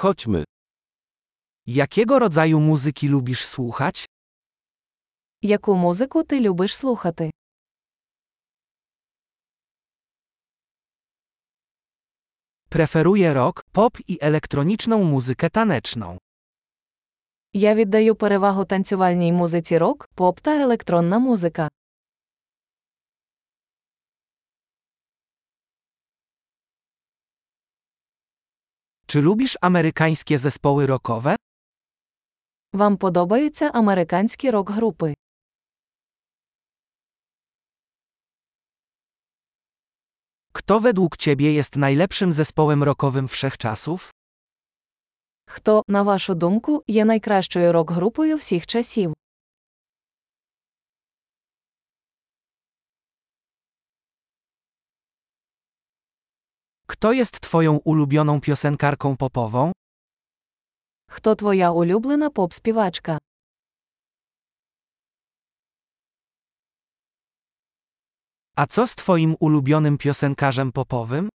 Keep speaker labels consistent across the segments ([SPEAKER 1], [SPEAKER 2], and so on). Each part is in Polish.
[SPEAKER 1] Chodźmy. Jakiego rodzaju muzyki lubisz słuchać?
[SPEAKER 2] Яку музику ти любиш слухати?
[SPEAKER 1] Preferuję rock, pop i elektroniczną muzykę taneczną.
[SPEAKER 2] Я віддаю перевагу танцювальній музиці рок, поп та електронна музика.
[SPEAKER 1] Czy lubisz amerykańskie zespoły rockowe?
[SPEAKER 2] Вам подобаються американські рок-групи?
[SPEAKER 1] Kto według ciebie jest najlepszym zespołem rockowym wszechczasów?
[SPEAKER 2] Хто, на вашу думку, є найкращою рок-групою всіх часів?
[SPEAKER 1] Kto jest twoją ulubioną piosenkarką popową?
[SPEAKER 2] Хто твоя улюблена поп-співачка?
[SPEAKER 1] A co z twoim ulubionym piosenkarzem popowym?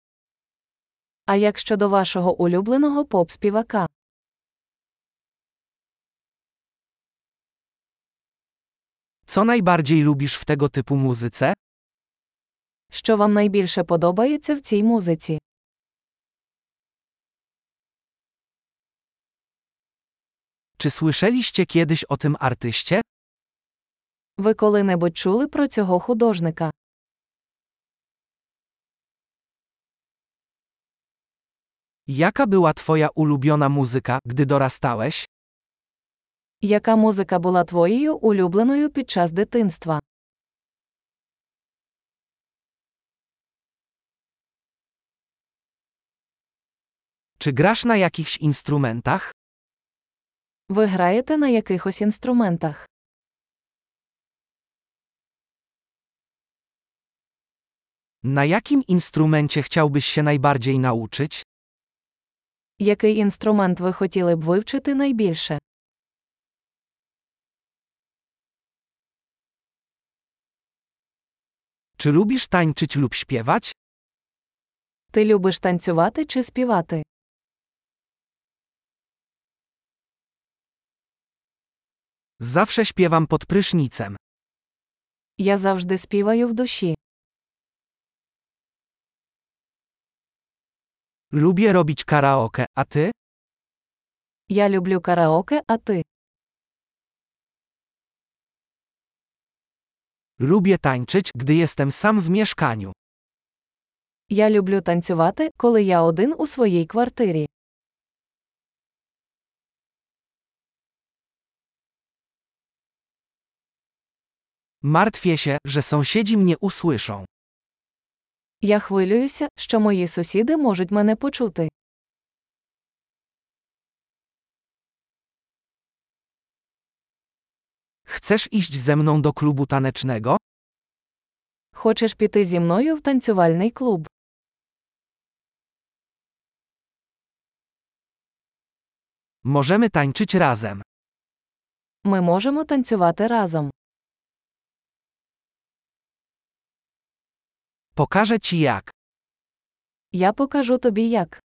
[SPEAKER 2] А як щодо вашого улюбленого поп-співака?
[SPEAKER 1] Co najbardziej lubisz w tego typu muzyce?
[SPEAKER 2] Що вам найбільше подобається в цій музиці?
[SPEAKER 1] Czy słyszeliście kiedyś o tym artyście?
[SPEAKER 2] Ви коли-небудь чули про цього художника?
[SPEAKER 1] Jaka była twoja ulubiona muzyka, gdy dorastałeś?
[SPEAKER 2] Яка музика була твоєю улюбленою під час дитинства?
[SPEAKER 1] Czy grasz na jakichś instrumentach?
[SPEAKER 2] Ви граєте на якихось інструментах?
[SPEAKER 1] Na jakim instrumencie chciałbyś się najbardziej nauczyć?
[SPEAKER 2] Який інструмент ви хотіли б вивчити найбільше?
[SPEAKER 1] Czy lubisz tańczyć lub śpiewać?
[SPEAKER 2] Ти любиш танцювати чи співати?
[SPEAKER 1] Zawsze śpiewam pod prysznicem.
[SPEAKER 2] Я завжди співаю в душі.
[SPEAKER 1] Lubię robić karaoke, a ty?
[SPEAKER 2] Я люблю караоке, а ти?
[SPEAKER 1] Lubię tańczyć, gdy jestem sam w mieszkaniu.
[SPEAKER 2] Я люблю танцювати, коли я один у своїй квартирі.
[SPEAKER 1] Martwię się, że sąsiedzi mnie usłyszą.
[SPEAKER 2] Я хвилююся, що мої сусіди можуть мене почути.
[SPEAKER 1] Chcesz iść ze mną do klubu tanecznego?
[SPEAKER 2] Хочеш піти зі мною в танцювальний клуб?
[SPEAKER 1] Możemy tańczyć razem.
[SPEAKER 2] Ми можемо танцювати разом.
[SPEAKER 1] Pokażę ci jak.
[SPEAKER 2] Я покажу тобі як.